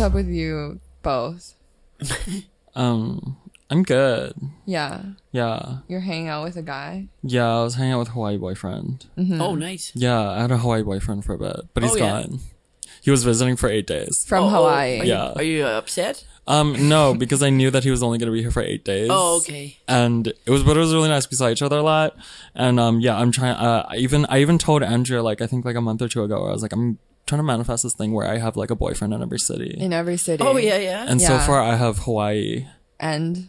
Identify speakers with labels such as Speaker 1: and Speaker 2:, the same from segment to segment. Speaker 1: up with you both?
Speaker 2: Um, I'm good.
Speaker 1: Yeah,
Speaker 2: Yeah,
Speaker 1: you're hanging out with a guy.
Speaker 2: yeah. I was hanging out with a Hawaii boyfriend.
Speaker 3: Oh, nice.
Speaker 2: Yeah, I had a Hawaii boyfriend for a bit, but he's
Speaker 3: Oh, yeah.
Speaker 2: gone. He was visiting for eight days.
Speaker 1: From
Speaker 3: Oh, oh,
Speaker 1: Hawaii.
Speaker 3: are you-
Speaker 2: Yeah.
Speaker 3: Are you upset?
Speaker 2: Um, no, because I knew that he was only going to be here for eight days.
Speaker 3: Oh, okay.
Speaker 2: and it was but it was really nice we saw each other a lot and um yeah i'm trying uh, i even i even told andrea like i think like a month or two ago i was like i'm trying to manifest this thing where i have like a boyfriend in every city
Speaker 1: In every city.
Speaker 3: Oh, yeah, yeah.
Speaker 2: and so
Speaker 1: yeah.
Speaker 2: far i have hawaii
Speaker 1: And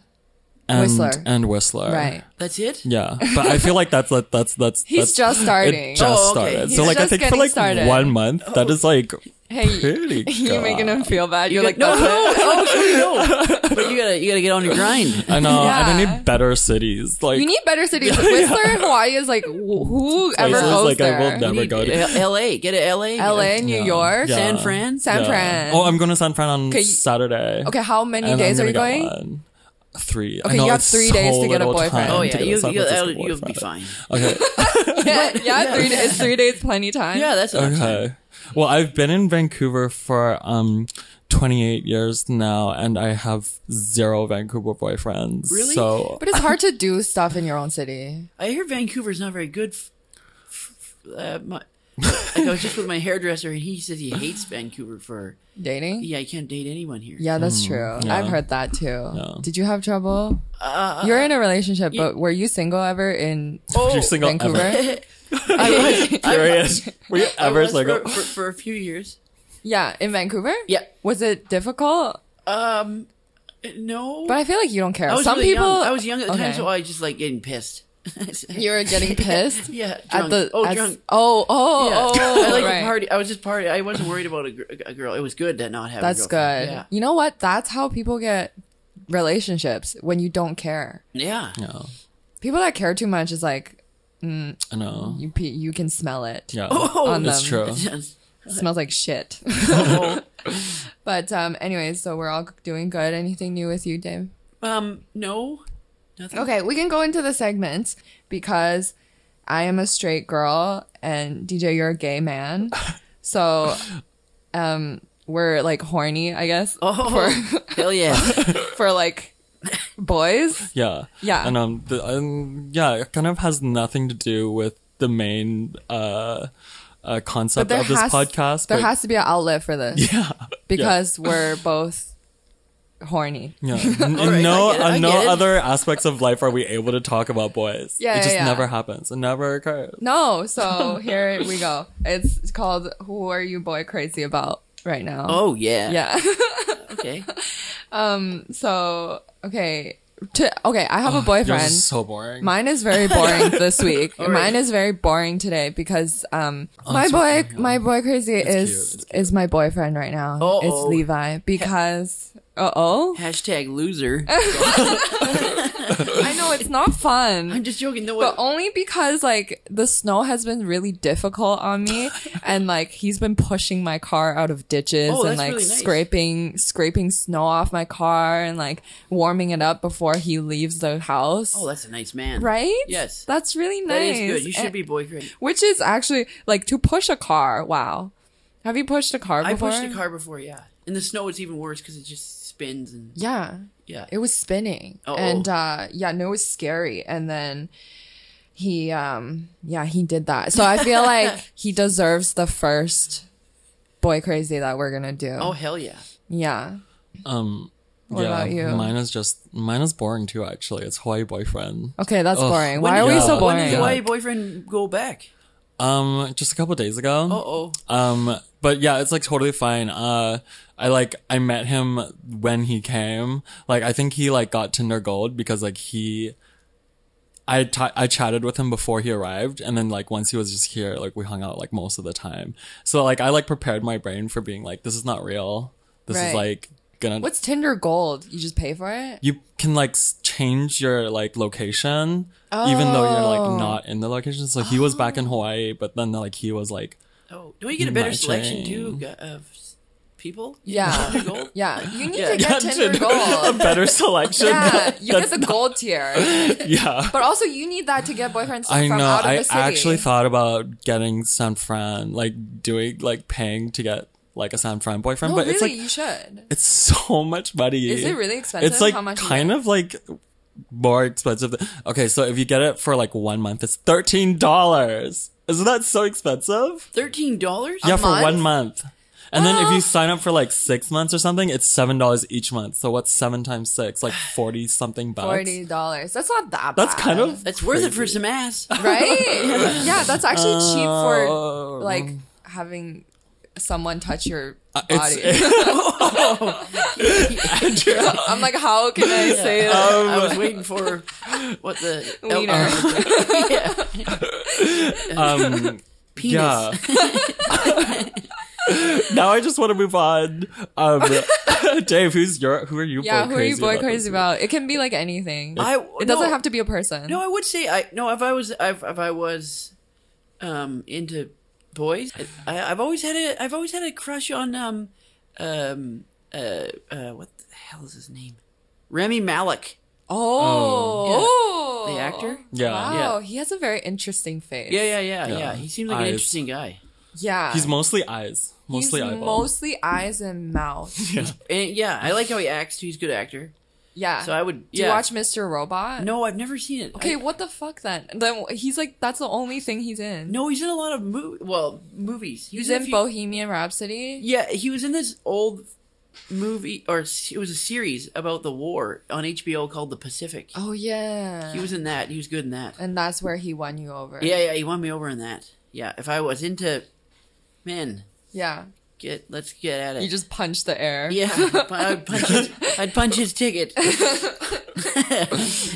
Speaker 2: and
Speaker 1: Whistler.
Speaker 2: and whistler
Speaker 1: right.
Speaker 3: That's it?
Speaker 2: yeah but i feel like that's like that's that's
Speaker 1: He's
Speaker 2: that's,
Speaker 1: just starting.
Speaker 2: it just
Speaker 3: Oh, okay.
Speaker 2: started
Speaker 3: He's
Speaker 2: so like i
Speaker 1: just
Speaker 2: think for
Speaker 1: getting
Speaker 2: like
Speaker 1: started.
Speaker 2: one month that is like
Speaker 1: hey,
Speaker 2: pretty
Speaker 1: you making
Speaker 2: good.
Speaker 1: him feel bad. You're like,
Speaker 3: no,
Speaker 1: "That's
Speaker 3: no, oh, no, no. But you gotta, you gotta get on your grind.
Speaker 2: i know and
Speaker 1: Yeah.
Speaker 2: i need better cities like
Speaker 1: You need better cities. Whistler, Hawaii is like wh- who
Speaker 2: places
Speaker 1: ever goes
Speaker 2: like i
Speaker 1: there.
Speaker 2: will never
Speaker 3: Need
Speaker 2: go to
Speaker 3: L- LA, get to LA.
Speaker 1: L.A., New
Speaker 2: Yeah.
Speaker 1: York,
Speaker 2: Yeah.
Speaker 3: San Fran.
Speaker 1: San Fran.
Speaker 2: oh i'm going to san fran on
Speaker 1: Okay, you-
Speaker 2: saturday
Speaker 1: okay, how many
Speaker 2: And I'm
Speaker 1: days are you
Speaker 2: gonna get
Speaker 1: going?
Speaker 2: one. Three.
Speaker 1: Okay, you have three days to get a boyfriend.
Speaker 3: Oh
Speaker 1: Oh,
Speaker 3: yeah, you'll, you'll, that'll- you'll be fine.
Speaker 2: Okay.
Speaker 1: Yeah, yeah, three days. Three days, plenty time.
Speaker 3: Yeah, that's enough time.
Speaker 2: okay. Well, I've been in Vancouver for um 28 years now, and I have zero Vancouver boyfriends.
Speaker 3: Really?
Speaker 2: So
Speaker 1: but it's hard to do stuff in your own city.
Speaker 3: I hear Vancouver's not very good. F- f- uh, my, I was just with my hairdresser, and he says he hates Vancouver for
Speaker 1: Dating.
Speaker 3: yeah, I can't date anyone here.
Speaker 1: Yeah, that's true.
Speaker 2: Mm, yeah.
Speaker 1: I've heard that too. Did you have trouble?
Speaker 3: Uh,
Speaker 1: You're in a relationship, but were you single ever in
Speaker 2: Were
Speaker 3: Oh.
Speaker 2: you single ever?
Speaker 1: Vancouver?
Speaker 2: Curious. Were you
Speaker 3: I
Speaker 2: ever
Speaker 3: was
Speaker 2: single?
Speaker 3: for, for, for a few years.
Speaker 1: yeah, in Vancouver?
Speaker 3: Yeah.
Speaker 1: Was it difficult?
Speaker 3: Um, no,
Speaker 1: But I feel like you don't care.
Speaker 3: I was
Speaker 1: Some
Speaker 3: really
Speaker 1: people.
Speaker 3: young. I was young at the time,
Speaker 1: Okay.
Speaker 3: so I just like getting pissed.
Speaker 1: you were getting pissed
Speaker 3: yeah, drunk.
Speaker 1: at the
Speaker 3: oh,
Speaker 1: at-
Speaker 3: drunk.
Speaker 1: Oh, oh,
Speaker 3: Yeah.
Speaker 1: oh,
Speaker 3: I like
Speaker 1: right.
Speaker 3: the party. I was just party. I wasn't worried about a, gr- a girl. It was good to not have.
Speaker 1: That's
Speaker 3: a
Speaker 1: good.
Speaker 3: girlfriend.
Speaker 1: You know what? That's how people get relationships when you don't care.
Speaker 3: Yeah. Yeah.
Speaker 2: No,
Speaker 1: People that care too much is like
Speaker 2: I know.
Speaker 1: you. pe- You can smell it.
Speaker 2: Yeah,
Speaker 3: Oh,
Speaker 1: On
Speaker 2: it's
Speaker 1: them.
Speaker 2: true.
Speaker 1: It smells like shit.
Speaker 3: Oh.
Speaker 1: but um, anyways, so we're all doing good. Anything new with you, Dave?
Speaker 3: um, no, nothing.
Speaker 1: Okay, we can go into the segments because I am a straight girl and DJ, you're a gay man. So um we're like horny, I guess.
Speaker 3: Oh, hell yeah.
Speaker 1: For for like boys.
Speaker 2: Yeah.
Speaker 1: Yeah.
Speaker 2: And um, the, um, yeah, it kind of has nothing to do with the main uh, uh concept of this podcast.
Speaker 1: there
Speaker 2: but
Speaker 1: has to be an outlet for this.
Speaker 2: yeah.
Speaker 1: Because we're both horny.
Speaker 2: Yeah. N-
Speaker 3: All right,
Speaker 2: no,
Speaker 3: I get it,
Speaker 2: uh,
Speaker 3: I get it.
Speaker 2: no other aspects of life are we able to talk about boys.
Speaker 1: Yeah,
Speaker 2: it
Speaker 1: yeah,
Speaker 2: just
Speaker 1: yeah.
Speaker 2: never happens. It never occurs.
Speaker 1: No, so here we go. It's called Who Are You Boy Crazy About right now.
Speaker 3: Oh yeah.
Speaker 1: Yeah.
Speaker 3: Okay.
Speaker 1: So okay, to, okay, I have a boyfriend.
Speaker 2: Yours is so boring.
Speaker 1: Mine is very boring this week. Mine is very boring today because um my
Speaker 2: it's
Speaker 1: boy
Speaker 2: okay.
Speaker 1: my boy crazy is
Speaker 2: cute. It's
Speaker 1: is my boyfriend right now. It's
Speaker 3: Uh-oh.
Speaker 1: Levi because uh oh
Speaker 3: Hashtag loser.
Speaker 1: I know it's not
Speaker 3: I'm
Speaker 1: fun.
Speaker 3: just joking. No,
Speaker 1: But
Speaker 3: what,
Speaker 1: only because like the snow has been really difficult on me, and like he's been pushing my car out of ditches
Speaker 3: Oh,
Speaker 1: and
Speaker 3: that's
Speaker 1: like
Speaker 3: really nice.
Speaker 1: scraping scraping snow off my car and like warming it up before he leaves the house.
Speaker 3: oh, that's a nice man.
Speaker 1: right?
Speaker 3: Yes.
Speaker 1: That's really nice.
Speaker 3: That
Speaker 1: Eh,
Speaker 3: is good. You should
Speaker 1: And-
Speaker 3: be boyfriend.
Speaker 1: Which is actually like to push a car. Wow. Have you pushed a car
Speaker 3: I
Speaker 1: before?
Speaker 3: pushed a car before. Yeah. In the snow, it's even worse because it just spins and
Speaker 1: Yeah.
Speaker 3: yeah.
Speaker 1: It was spinning.
Speaker 3: Oh.
Speaker 1: And uh yeah, no, it was scary. And then he um yeah, he did that. So I feel like he deserves the first boy crazy that we're gonna do.
Speaker 3: oh hell yeah.
Speaker 1: Yeah.
Speaker 2: um
Speaker 1: What
Speaker 2: yeah,
Speaker 1: about you?
Speaker 2: Mine is just mine is boring too actually. It's Hawaii boyfriend.
Speaker 1: Okay, that's
Speaker 2: Ugh.
Speaker 1: boring. Why
Speaker 3: When
Speaker 1: are
Speaker 3: did-
Speaker 1: we so
Speaker 3: When did
Speaker 1: boring?
Speaker 3: your Hawaii boyfriend go back?
Speaker 2: Um just a couple days ago.
Speaker 3: Uh oh.
Speaker 2: Um, but yeah, it's like totally fine. Uh, I like, I met him when he came. Like, I think he like got Tinder gold because like he, I ta- I chatted with him before he arrived. And then like once he was just here, like we hung out like most of the time. So like, I like prepared my brain for being like, this is not real. This
Speaker 1: Right.
Speaker 2: is like gonna,
Speaker 1: What's Tinder Gold? You just pay for it?
Speaker 2: you can like s- change your like location even though you're
Speaker 1: Oh.
Speaker 2: like not in the location. So he was back in Hawaii, but then like he was like,
Speaker 3: Oh, don't you get a better
Speaker 2: Matching.
Speaker 3: selection too gu- of s- people?
Speaker 1: Yeah.
Speaker 3: Tinder Gold?
Speaker 1: Yeah. You need
Speaker 3: Yeah.
Speaker 1: to get Tinder
Speaker 2: a
Speaker 1: Gold.
Speaker 2: better selection.
Speaker 1: Yeah, you
Speaker 2: That's
Speaker 1: get the gold tier.
Speaker 2: Yeah.
Speaker 1: But also, you need that to get boyfriends
Speaker 2: I
Speaker 1: from
Speaker 2: know.
Speaker 1: out of
Speaker 2: I
Speaker 1: the city.
Speaker 2: actually thought about getting San Fran, like doing, like paying to get like a San Fran boyfriend,
Speaker 1: No,
Speaker 2: but
Speaker 1: really,
Speaker 2: it's like
Speaker 1: you should.
Speaker 2: it's so much money.
Speaker 1: Is it really expensive?
Speaker 2: It's like
Speaker 1: How much is
Speaker 2: kind
Speaker 1: it?
Speaker 2: of like more expensive. Than, okay, so if you get it for like one month, it's thirteen dollars. Isn't that so expensive?
Speaker 3: Thirteen dollars?
Speaker 2: yeah, for one
Speaker 1: month? Ah.
Speaker 2: month. And then if
Speaker 1: Well-
Speaker 2: you sign up for like six months or something, it's seven dollars each month. So what's seven times six? Like forty something bucks.
Speaker 1: Forty dollars. That's not that.
Speaker 2: That's
Speaker 1: bad.
Speaker 2: kind of
Speaker 3: That's worth it for some ass.
Speaker 1: right. yeah, that's actually cheap for
Speaker 2: Uh,
Speaker 1: like having someone touch your
Speaker 2: it's-
Speaker 1: body. I'm like, how can I say that?
Speaker 3: I was waiting for what the
Speaker 1: Wiener.
Speaker 3: yeah.
Speaker 2: um,
Speaker 3: Penis.
Speaker 2: yeah. now I just want to move on. Um, Dave, who's your who are you?
Speaker 1: yeah,
Speaker 2: boy
Speaker 1: who are
Speaker 2: crazy
Speaker 1: you boy
Speaker 2: about this
Speaker 1: crazy
Speaker 2: week?
Speaker 1: about? It can be like anything.
Speaker 3: I-
Speaker 1: it doesn't
Speaker 3: no.
Speaker 1: have to be a person.
Speaker 3: No, I would say I no. If I was if, if I was um into boys, I, I've always had a I've always had a crush on um um uh uh what the hell is his name? Remy Malik.
Speaker 1: oh,
Speaker 3: The actor?
Speaker 2: Yeah.
Speaker 1: Wow, he has a very interesting face.
Speaker 3: Yeah, yeah, yeah, yeah.
Speaker 2: Yeah.
Speaker 3: He seems like an
Speaker 2: Eyes.
Speaker 3: interesting guy.
Speaker 1: yeah.
Speaker 2: He's mostly eyes, mostly
Speaker 1: He's
Speaker 2: eyeballs.
Speaker 1: mostly eyes and mouth.
Speaker 3: And yeah, I like how he acts. too. He's a good actor.
Speaker 1: Yeah.
Speaker 3: So I would.
Speaker 1: Do
Speaker 3: Yeah.
Speaker 1: you watch Mr. Robot?
Speaker 3: No, I've never seen it.
Speaker 1: Okay,
Speaker 3: I-
Speaker 1: what the fuck then? Then he's like, that's the only thing he's in.
Speaker 3: no, he's in a lot of movie. Well, movies. He
Speaker 1: he's
Speaker 3: was
Speaker 1: in
Speaker 3: a few-
Speaker 1: Bohemian Rhapsody.
Speaker 3: Yeah, he was in this old movie, or s- it was a series about the war on HBO called The Pacific.
Speaker 1: Oh yeah.
Speaker 3: He was in that. He was good in that.
Speaker 1: and that's where he won you over.
Speaker 3: Yeah, yeah, he won me over in that. Yeah, if I was into men,
Speaker 1: Yeah.
Speaker 3: get let's get at it.
Speaker 1: You just punch the air.
Speaker 3: yeah, pu- I'd punch his, I'd punch his ticket.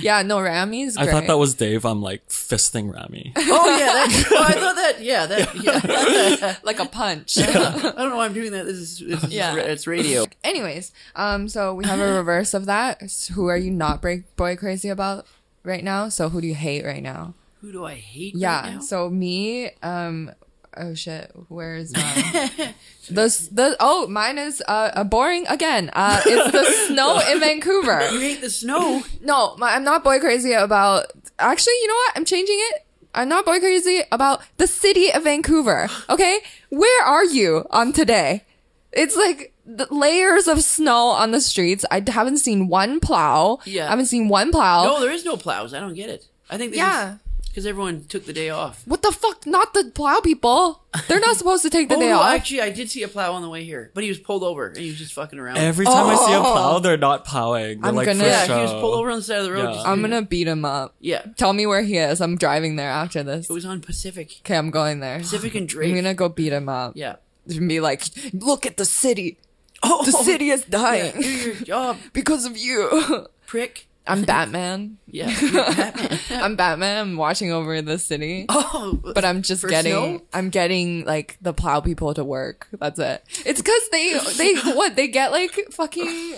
Speaker 1: Yeah, no, Rami's
Speaker 2: I
Speaker 1: great.
Speaker 2: thought that was Dave. I'm like fisting Rami.
Speaker 3: Oh yeah, that, oh, I thought that. Yeah, that. Yeah.
Speaker 1: like a punch.
Speaker 3: I don't know why I'm doing that. This is, this is
Speaker 1: Yeah.
Speaker 3: ra- it's radio.
Speaker 1: Anyways, um, so we have a reverse of that. S- Who are you not break boy crazy about right now? So who do you hate right now?
Speaker 3: Who do I hate?
Speaker 1: Yeah.
Speaker 3: right now?
Speaker 1: So me, um, oh shit, where is mine? the s- the oh mine is uh a boring again. Uh, it's the snow in
Speaker 3: you
Speaker 1: Vancouver.
Speaker 3: hate the snow.
Speaker 1: No, my, I'm not boy crazy about. Actually, you know what? I'm changing it. I'm not boy crazy about the city of Vancouver. Okay, where are you on today? It's like the layers of snow on the streets. I haven't seen one plow.
Speaker 3: Yeah.
Speaker 1: I haven't seen one plow.
Speaker 3: No, there is no plows. I don't get it. I think they
Speaker 1: Oh. Yeah.
Speaker 3: because everyone took the day off.
Speaker 1: What the fuck? Not the plow people. They're not supposed to take the
Speaker 3: oh
Speaker 1: day
Speaker 3: no,
Speaker 1: off.
Speaker 3: actually, I did see a plow on the way here, but he was pulled over and he was just fucking around.
Speaker 2: Every time I see a
Speaker 1: Oh.
Speaker 2: plow, they're not plowing. They're
Speaker 1: I'm
Speaker 2: like
Speaker 1: gonna-
Speaker 2: for
Speaker 3: yeah,
Speaker 2: show.
Speaker 3: he was pulled over on the side of the road.
Speaker 2: Yeah.
Speaker 3: just-
Speaker 1: I'm gonna beat him up.
Speaker 3: yeah,
Speaker 1: Tell me where he is. I'm driving there after this.
Speaker 3: it was on Pacific.
Speaker 1: Okay, I'm going there.
Speaker 3: Pacific and Drake.
Speaker 1: I'm gonna go beat him up.
Speaker 3: yeah.
Speaker 1: And be like, look at the city.
Speaker 3: Oh,
Speaker 1: The city is
Speaker 3: Yeah,
Speaker 1: dying
Speaker 3: do your job,
Speaker 1: because of you.
Speaker 3: prick.
Speaker 1: I'm Batman.
Speaker 3: Yeah. you're Batman.
Speaker 1: I'm Batman. I'm watching over the city.
Speaker 3: oh,
Speaker 1: But I'm just
Speaker 3: for
Speaker 1: getting,
Speaker 3: snow?
Speaker 1: I'm getting like the plow people to work. That's it. It's because they, they, what, they get like fucking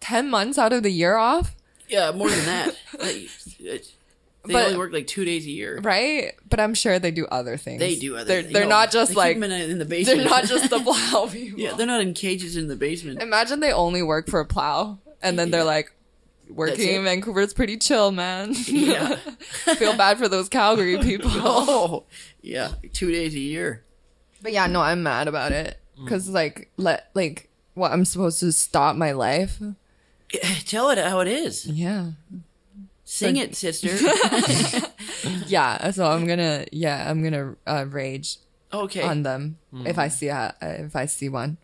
Speaker 1: 10 months out of the year off?
Speaker 3: Yeah, more than that. They, it- they
Speaker 1: But-
Speaker 3: only work like two days a year.
Speaker 1: Right? But I'm sure they do other things.
Speaker 3: They do other.
Speaker 1: They're,
Speaker 3: things.
Speaker 1: they're
Speaker 3: No,
Speaker 1: not just
Speaker 3: they keep
Speaker 1: like,
Speaker 3: them in, a- in the basement.
Speaker 1: they're not just the plow people.
Speaker 3: yeah, they're not in cages in the basement.
Speaker 1: Imagine they only work for a plow and then
Speaker 3: Yeah.
Speaker 1: they're like, working
Speaker 3: it.
Speaker 1: in Vancouver is pretty chill, man.
Speaker 3: Yeah.
Speaker 1: Feel bad for those Calgary people.
Speaker 3: oh, yeah, two days a year.
Speaker 1: But yeah, no, I'm mad about it
Speaker 3: Mm.
Speaker 1: because like let like what I'm supposed to stop my life.
Speaker 3: Tell it how it is.
Speaker 1: Yeah,
Speaker 3: Sing it, sister.
Speaker 1: yeah. So I'm gonna yeah I'm gonna uh, rage
Speaker 3: Okay.
Speaker 1: on them if
Speaker 3: Mm.
Speaker 1: I see a, if I see one.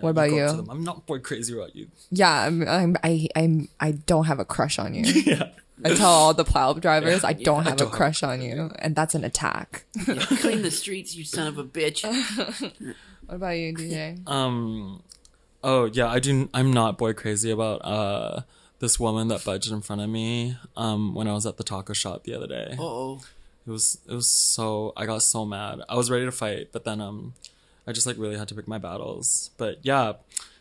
Speaker 1: what about
Speaker 2: Go up to
Speaker 1: you?
Speaker 2: them. I'm not boy crazy about you.
Speaker 1: Yeah, I'm, I'm I I'm I don't have a crush on you.
Speaker 2: Yeah.
Speaker 1: I tell all the plow drivers I don't have
Speaker 2: don't
Speaker 1: a
Speaker 2: have a
Speaker 1: crush on you, and that's an attack.
Speaker 3: Yeah, Clean the streets, you son of a bitch.
Speaker 1: What about you, DJ?
Speaker 2: Um. Oh yeah, I do. I'm not boy crazy about uh this woman that budged in front of me um when I was at the taco shop the other day.
Speaker 3: Oh,
Speaker 2: It was it was so I got so mad. I was ready to fight, but then um I just like really had to pick my battles. But yeah,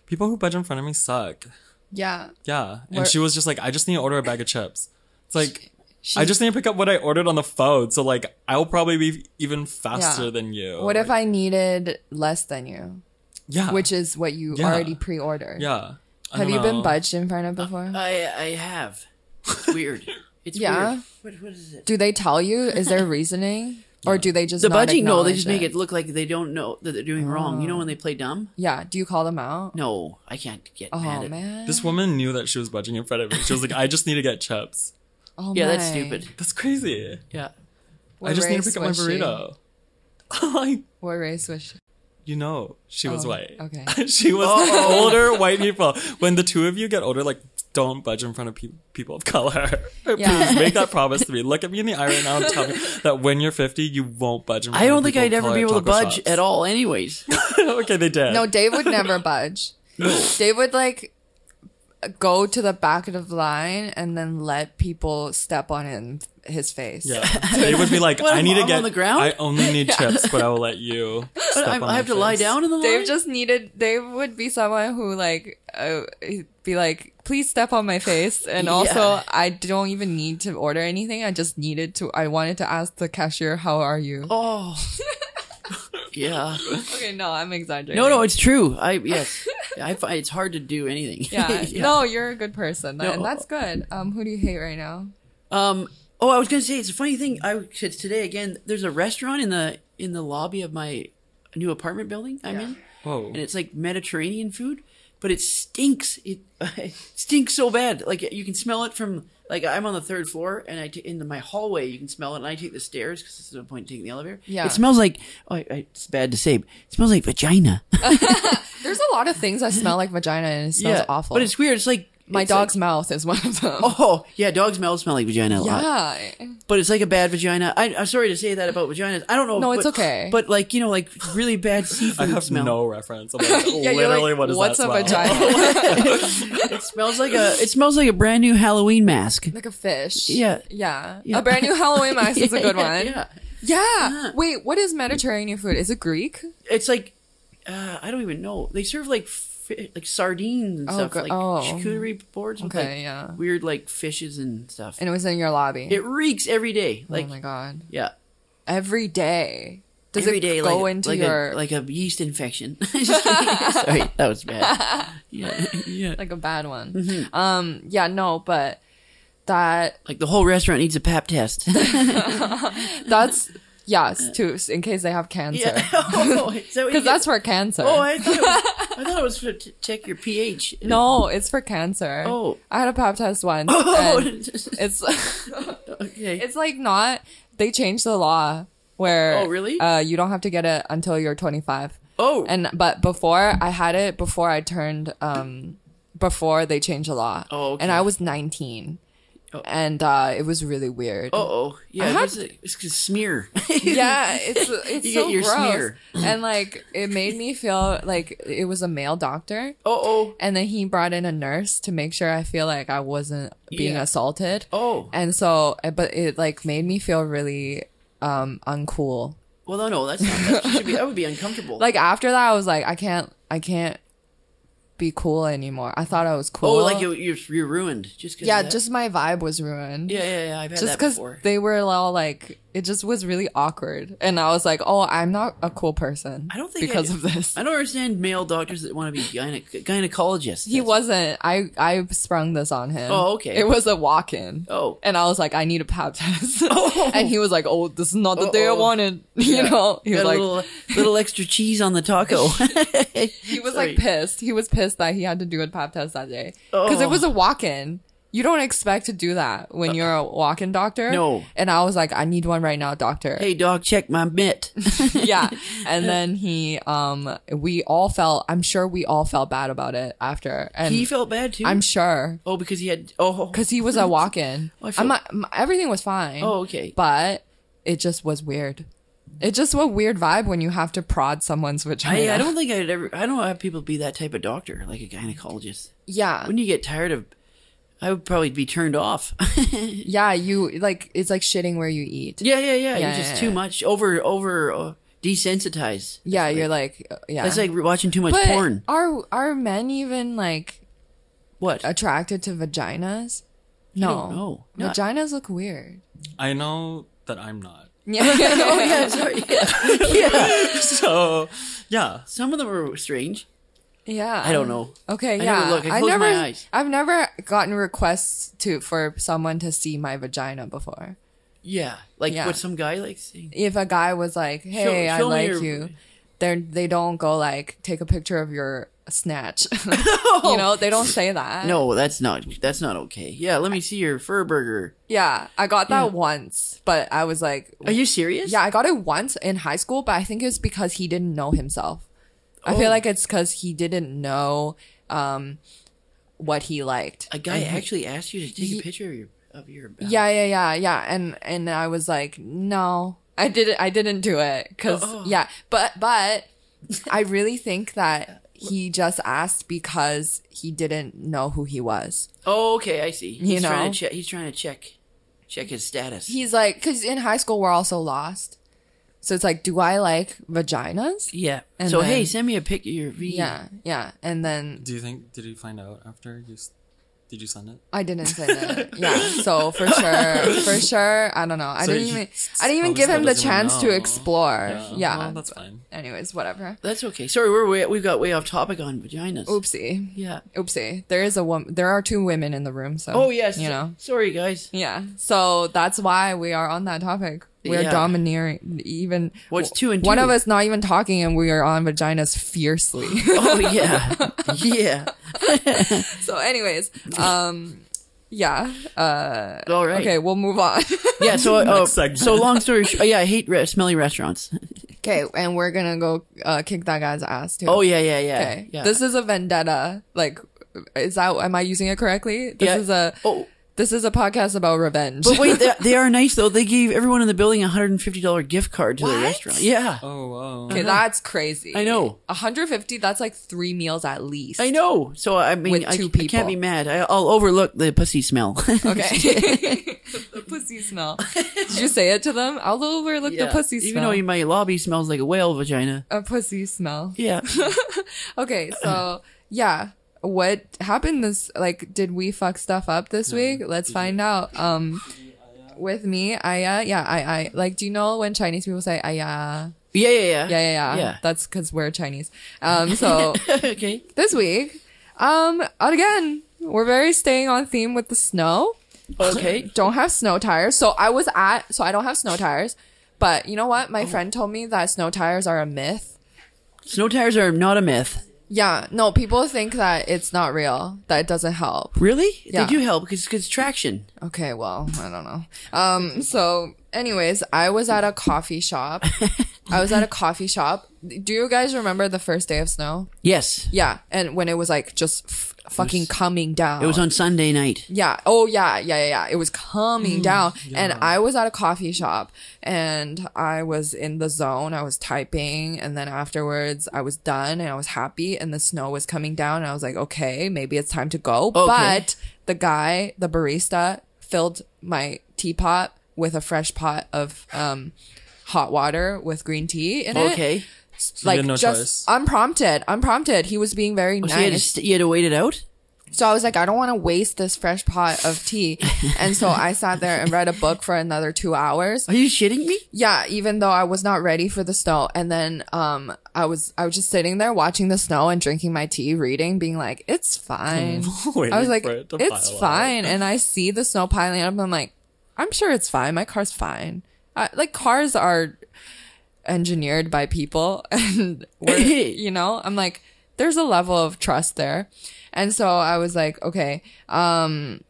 Speaker 2: people who budge in front of me suck.
Speaker 1: Yeah,
Speaker 2: Yeah. And
Speaker 1: Where-
Speaker 2: she was just like, I just need to order a bag of chips. It's like
Speaker 1: she,
Speaker 2: I just need to pick up what I ordered on the phone. So like I'll probably be even faster
Speaker 1: Yeah.
Speaker 2: than you.
Speaker 1: What if I needed less than you,
Speaker 2: Yeah.
Speaker 1: which is what you
Speaker 2: Ah. Yeah.
Speaker 1: already pre-ordered?
Speaker 2: Yeah. I
Speaker 1: Have
Speaker 2: don't
Speaker 1: you been
Speaker 2: know. Uh,
Speaker 1: budged in front of before?
Speaker 3: I I have. It's weird. It's
Speaker 1: Yeah?
Speaker 3: weird. What what is it?
Speaker 1: Do they tell you? Is there reasoning? Or do they just
Speaker 3: The
Speaker 1: not
Speaker 3: budging, no, they
Speaker 1: acknowledge
Speaker 3: just make it look like they don't know that they're doing wrong. You know
Speaker 1: Oh.
Speaker 3: when they play dumb?
Speaker 1: Yeah. Do you call them out?
Speaker 3: No, I can't get mad
Speaker 1: Oh
Speaker 3: at
Speaker 1: man.
Speaker 2: This woman knew that she was budging in front of me. She was like, I just need to get chips.
Speaker 1: Oh,
Speaker 3: Yeah, that's
Speaker 1: my.
Speaker 3: stupid.
Speaker 2: That's crazy.
Speaker 3: Yeah.
Speaker 1: What
Speaker 2: I just need to
Speaker 1: race
Speaker 2: pick up my
Speaker 1: was she?
Speaker 2: burrito. like,
Speaker 1: What race was she?
Speaker 2: you know, she was
Speaker 1: Oh,
Speaker 2: white.
Speaker 1: okay.
Speaker 2: she was
Speaker 3: Oh.
Speaker 2: older white people. When the two of you get older, like, don't budge in front of pe- people of color.
Speaker 1: Yeah.
Speaker 2: Please make that promise to me. Look at me in the eye right now and tell me that when you're 50, you won't budge in front
Speaker 3: I don't
Speaker 2: of
Speaker 3: think
Speaker 2: people
Speaker 3: I'd
Speaker 2: of
Speaker 3: ever
Speaker 2: color
Speaker 3: be able to
Speaker 2: taco
Speaker 3: budge
Speaker 2: shops.
Speaker 3: at all, anyways.
Speaker 2: okay, they did.
Speaker 1: No, Dave would never budge. Dave would like go to the back of the line and then let people step on him his face.
Speaker 2: Yeah. They would be like,
Speaker 3: What,
Speaker 2: I need to
Speaker 3: I'm
Speaker 2: get
Speaker 3: on the ground?
Speaker 2: I only need chips, but I will let you.
Speaker 3: But
Speaker 2: step
Speaker 3: I,
Speaker 2: on
Speaker 3: I have
Speaker 2: my
Speaker 3: to lie
Speaker 2: face.
Speaker 3: down in the line.
Speaker 1: Dave just needed. Dave would be someone who like uh, he'd be like, please step on my face, and
Speaker 3: Yeah.
Speaker 1: also I don't even need to order anything. I just needed to. I wanted to ask the cashier, "How are you?"
Speaker 3: oh. yeah.
Speaker 1: Okay, no, I'm exaggerating.
Speaker 3: No, no, it's true. I yes, I find it's hard to do anything.
Speaker 1: Yeah. no, you're a good person,
Speaker 3: No.
Speaker 1: and that's good. Um, who do you hate right now?
Speaker 3: Um. Oh, I was gonna say it's a funny thing. I it's today again. There's a restaurant in the in the lobby of my new apartment building I'm in,
Speaker 2: Whoa.
Speaker 3: and it's like Mediterranean food, but it stinks. It, it stinks so bad. Like you can smell it from like I'm on the third floor, and I t- in my hallway you can smell it, and I take the stairs because there's no point in taking the elevator.
Speaker 1: Yeah.
Speaker 3: It smells like oh, I, I, it's bad to say. But it smells like vagina.
Speaker 1: There's a lot of things that smell like vagina, and it smells awful.
Speaker 3: But it's weird. It's like
Speaker 1: my
Speaker 3: it's
Speaker 1: dog's
Speaker 3: Like,
Speaker 1: mouth is one of them.
Speaker 3: Oh yeah, dogs smell smell like vagina a lot.
Speaker 1: yeah.
Speaker 3: but it's like a bad vagina. I, I'm sorry to say that about vaginas. I don't know.
Speaker 1: No, it's
Speaker 3: but-
Speaker 1: okay.
Speaker 3: But like you know, like really bad seafood
Speaker 2: I have
Speaker 3: smell.
Speaker 2: no reference. I'm like,
Speaker 1: Yeah, you're
Speaker 2: literally,
Speaker 1: like,
Speaker 2: what is
Speaker 1: what's
Speaker 2: that
Speaker 1: a
Speaker 2: smell?
Speaker 1: vagina?
Speaker 3: It smells like a. It smells like a brand new Halloween mask.
Speaker 1: like a fish.
Speaker 3: Yeah.
Speaker 1: Yeah.
Speaker 3: Yeah.
Speaker 1: A brand new Halloween mask is a good
Speaker 3: Yeah,
Speaker 1: one.
Speaker 3: Yeah,
Speaker 1: Yeah.
Speaker 3: Yeah.
Speaker 1: Wait, what is Mediterranean food? Is it Greek?
Speaker 3: it's like uh, I don't even know. They serve like fi- like sardines and
Speaker 1: Oh,
Speaker 3: stuff,
Speaker 1: go-
Speaker 3: like
Speaker 1: oh.
Speaker 3: charcuterie boards with
Speaker 1: Okay,
Speaker 3: like
Speaker 1: yeah.
Speaker 3: weird like fishes and stuff.
Speaker 1: And it was in your lobby.
Speaker 3: it reeks every day. Like
Speaker 1: oh my god.
Speaker 3: yeah.
Speaker 1: Every day. Does
Speaker 3: every
Speaker 1: it
Speaker 3: day,
Speaker 1: go
Speaker 3: like,
Speaker 1: into
Speaker 3: like
Speaker 1: your
Speaker 3: a,
Speaker 1: like,
Speaker 3: like a yeast infection? Just kidding. Sorry, that was bad. Yeah, yeah.
Speaker 1: a bad one?
Speaker 3: Mm-hmm.
Speaker 1: Um yeah, no, but that
Speaker 3: Like the whole restaurant needs a pap test.
Speaker 1: that's yes, to in case they have cancer.
Speaker 3: Yeah. oh, so
Speaker 1: Cuz that's for cancer.
Speaker 3: Oh, I thought it was, I thought it was for to check your pH.
Speaker 1: no, it's for cancer.
Speaker 3: Oh.
Speaker 1: I had a pap test once.
Speaker 3: Oh,
Speaker 1: and it's
Speaker 3: okay.
Speaker 1: It's like not. They changed the law where.
Speaker 3: Oh, really?
Speaker 1: Uh, you don't have to get it until you're 25.
Speaker 3: oh,
Speaker 1: And but before I had it before I turned um before they changed the law.
Speaker 3: Oh, okay.
Speaker 1: And I was 19.
Speaker 3: Oh.
Speaker 1: And uh, it was really weird.
Speaker 3: oh, yeah.
Speaker 1: I had-
Speaker 3: it's, a, it's a smear.
Speaker 1: Yeah, it's it's
Speaker 3: You
Speaker 1: so
Speaker 3: get your
Speaker 1: gross.
Speaker 3: smear.
Speaker 1: And like it made me feel like it was a male doctor.
Speaker 3: oh, oh,
Speaker 1: And then he brought in a nurse to make sure I feel like I wasn't being
Speaker 3: Yeah.
Speaker 1: assaulted.
Speaker 3: oh.
Speaker 1: And so, eh, but it like made me feel really um uncool.
Speaker 3: Well, no, no. That's not, that should be that would be uncomfortable.
Speaker 1: Like after that, I was like, I can't, I can't be cool anymore. I thought I was cool.
Speaker 3: oh, like you, you're you're ruined just because.
Speaker 1: yeah, just my vibe was ruined.
Speaker 3: yeah, yeah, yeah. I've had
Speaker 1: Just
Speaker 3: that
Speaker 1: because
Speaker 3: before.
Speaker 1: they were all like, it just was really awkward, and I was like, "Oh, I'm not a cool person."
Speaker 3: I don't think I
Speaker 1: because
Speaker 3: do-
Speaker 1: of this.
Speaker 3: I don't understand male doctors that want to be gyne- gynecologists.
Speaker 1: He
Speaker 3: That's-
Speaker 1: wasn't. I I sprung this on him.
Speaker 3: Oh, okay.
Speaker 1: It was a walk-in.
Speaker 3: Oh.
Speaker 1: and I was like, "I need a pap test,"
Speaker 3: Oh.
Speaker 1: and he was like, "Oh, this is not the day I
Speaker 3: Uh-oh.
Speaker 1: wanted." You
Speaker 3: Yeah.
Speaker 1: know, he was
Speaker 3: Got
Speaker 1: like,
Speaker 3: a little little extra cheese on the taco.
Speaker 1: He was
Speaker 3: Sorry.
Speaker 1: like pissed. He was pissed that he had to do a pap test that day because it
Speaker 3: Oh.
Speaker 1: was a walk-in. You don't expect to do that when you're a walk-in doctor.
Speaker 3: No.
Speaker 1: And I was like, I need one right now, doctor.
Speaker 3: Hey, doc, check my mitt.
Speaker 1: yeah. And then he, um, we all felt. I'm sure we all felt bad about it after. And
Speaker 3: he felt bad too.
Speaker 1: I'm sure
Speaker 3: oh, because he had oh
Speaker 1: because he was a walk-in.
Speaker 3: I feel-
Speaker 1: I'm not, m- everything was fine.
Speaker 3: Oh, okay.
Speaker 1: But it just was weird. It just was a weird vibe when you have to prod someone's vagina.
Speaker 3: I, I don't think I'd ever. I don't have people be that type of doctor, like a gynecologist.
Speaker 1: Yeah.
Speaker 3: When you get tired of, I would probably be turned off. yeah,
Speaker 1: Yeah, you like it's like shitting where you eat.
Speaker 3: yeah, yeah. You're
Speaker 1: yeah,
Speaker 3: just
Speaker 1: yeah.
Speaker 3: too much over over uh, desensitized.
Speaker 1: Yeah, you're like uh, yeah.
Speaker 3: That's like watching too much
Speaker 1: but
Speaker 3: porn.
Speaker 1: are are men even like
Speaker 3: What?
Speaker 1: attracted to vaginas?
Speaker 3: don't
Speaker 1: No,
Speaker 3: know. Not-
Speaker 1: vaginas look weird.
Speaker 2: I know that I'm not.
Speaker 1: Yeah,
Speaker 3: oh yeah, sorry. Yeah. yeah.
Speaker 2: So, yeah.
Speaker 3: Some of them are strange.
Speaker 1: yeah.
Speaker 3: I don't know.
Speaker 1: Okay,
Speaker 3: I
Speaker 1: yeah.
Speaker 3: never look. I close
Speaker 1: never,
Speaker 3: my eyes.
Speaker 1: I've never gotten requests to for someone to see my vagina before.
Speaker 3: Yeah, like
Speaker 1: Yeah.
Speaker 3: what some guy like saying.
Speaker 1: if a guy was like, "Hey, I
Speaker 3: show me
Speaker 1: like
Speaker 3: your-
Speaker 1: you," they they don't go like take a picture of your snatch. You know, they don't say that.
Speaker 3: No, that's not that's not okay. Yeah, let me see your fur burger.
Speaker 1: Yeah, I got that once, but I was like,
Speaker 3: Are you serious?
Speaker 1: yeah, I got it once in high school, but I think it was because he didn't know himself. I
Speaker 3: Oh.
Speaker 1: feel like it's because he didn't know um what he liked.
Speaker 3: A guy
Speaker 1: And he-
Speaker 3: actually asked you to take
Speaker 1: Ye-
Speaker 3: a picture of your of your back.
Speaker 1: Yeah, yeah, yeah, yeah. And and I was like, no, I didn't. I didn't do it because
Speaker 3: Oh.
Speaker 1: yeah. But but I really think that he just asked because he didn't know who he was.
Speaker 3: Oh, okay, I see. He's
Speaker 1: You
Speaker 3: trying
Speaker 1: know?
Speaker 3: to check. He's trying to check check his status.
Speaker 1: He's like, because in high school we're all so lost. So it's like, do I like vaginas?
Speaker 3: yeah.
Speaker 1: And
Speaker 3: so hey,
Speaker 1: then-
Speaker 3: send me a pic of your V.
Speaker 1: Yeah, yeah. And then
Speaker 2: Do you think? Did you find out after you? s- Did you send it?
Speaker 1: I didn't say that. yeah. So for sure, for sure. I don't know. I
Speaker 2: So
Speaker 1: didn't
Speaker 2: he
Speaker 1: even.
Speaker 2: s-
Speaker 1: I didn't even
Speaker 2: probably
Speaker 1: give
Speaker 2: still
Speaker 1: him the
Speaker 2: doesn't
Speaker 1: chance to
Speaker 2: know.
Speaker 1: explore. Yeah.
Speaker 2: Uh, Well, that's fine.
Speaker 1: Anyways, whatever.
Speaker 3: That's okay. Sorry, we're way, we've got way off topic on vaginas.
Speaker 1: Oh, Oopsie.
Speaker 3: Yeah.
Speaker 1: Oopsie. There is a woman. There are two women in the room. So.
Speaker 3: Oh yes.
Speaker 1: You know.
Speaker 3: Sorry, guys.
Speaker 1: Yeah. So that's why we are on that topic. We're
Speaker 3: Yeah.
Speaker 1: domineering. Even
Speaker 3: What's two and
Speaker 1: One
Speaker 3: two?
Speaker 1: of us not even talking, and we are on vaginas fiercely.
Speaker 3: Oh yeah. yeah.
Speaker 1: so, anyways, um, yeah. Uh,
Speaker 3: All right.
Speaker 1: okay, we'll move on.
Speaker 3: Yeah. So uh,
Speaker 2: segment.
Speaker 3: so long story. Sh- oh, yeah, I hate re- smelly restaurants.
Speaker 1: okay, and we're gonna go uh, kick that guy's ass too.
Speaker 3: Oh yeah, yeah, yeah.
Speaker 1: Okay.
Speaker 3: yeah.
Speaker 1: This is a vendetta. Like, is that? Am I using it correctly? This
Speaker 3: Yeah.
Speaker 1: is a.
Speaker 3: Oh.
Speaker 1: This is a podcast about revenge.
Speaker 3: But wait, they, they are nice though. They gave everyone in the building a hundred and fifty dollar gift card to the
Speaker 1: What?
Speaker 3: restaurant. Yeah,
Speaker 2: Oh wow.
Speaker 1: Okay, that's crazy.
Speaker 3: Uh-huh. I know.
Speaker 1: 150, that's like three meals at least.
Speaker 3: I know. So I mean,
Speaker 1: With
Speaker 3: I,
Speaker 1: two
Speaker 3: I can't
Speaker 1: people.
Speaker 3: be mad. I, I'll overlook the pussy smell.
Speaker 1: Okay. the pussy smell. Did you say it to them? I'll overlook
Speaker 3: Yeah.
Speaker 1: the pussy
Speaker 3: Even
Speaker 1: smell.
Speaker 3: though my lobby smells like a whale vagina.
Speaker 1: a pussy smell.
Speaker 3: Yeah.
Speaker 1: Okay, so yeah. What happened this like did we fuck stuff up this week? Let's find out. Um with me, I uh, yeah, I I like do you know when Chinese people say aya?
Speaker 3: yeah, yeah, yeah,
Speaker 1: Yeah, yeah, yeah.
Speaker 3: yeah.
Speaker 1: That's cuz we're Chinese. Um so
Speaker 3: okay.
Speaker 1: this week, um again, we're very staying on theme with the snow.
Speaker 3: Okay.
Speaker 1: don't have snow tires. So I was at so I don't have snow tires. But you know what?
Speaker 3: Oh.
Speaker 1: My friend told me that snow tires are a myth.
Speaker 3: Snow tires are not a myth.
Speaker 1: Yeah, no, people think that it's not real, that it doesn't help.
Speaker 3: Really?
Speaker 1: Yeah.
Speaker 3: They do help because it's traction.
Speaker 1: Okay, well, I don't know. Um so anyways, I was at a coffee shop. I was at a coffee shop. Do you guys remember the first day of snow?
Speaker 3: Yes.
Speaker 1: Yeah, and when it was like just f- fucking coming down.
Speaker 3: It was on Sunday night.
Speaker 1: Yeah. Oh, yeah. Yeah. Yeah. yeah. It was
Speaker 2: Mm,
Speaker 1: coming down. And I was at a coffee shop and I was in the zone. I was typing. And then afterwards, I was done and I was happy. And the snow was coming down. And I was like, okay, maybe it's time to go. But the guy, the barista, filled my teapot with a fresh pot of um, hot water with green tea in it.
Speaker 3: Okay.
Speaker 2: So you
Speaker 1: Like
Speaker 2: had no
Speaker 1: just
Speaker 2: choice. Oh,
Speaker 1: unprompted, unprompted. He was being very
Speaker 3: Oh, So
Speaker 1: nice.
Speaker 3: you had, to, st- you had to wait it out.
Speaker 1: So I was like, I don't want to waste this fresh pot of tea. And so I sat there and read a book for another two hours.
Speaker 3: Are you shitting me?
Speaker 1: Yeah, even though I was not ready for the snow. And then um I was I was just sitting there watching the snow and drinking my tea, reading, being like, It's fine.
Speaker 2: Waiting
Speaker 1: I was like,
Speaker 2: for it to
Speaker 1: It's
Speaker 2: pile up.
Speaker 1: fine. And I see the snow piling up and I'm like, I'm sure it's fine. My car's fine. I, like cars are engineered by people and we're- you know i'm like there's a level of trust there and so i was like okay um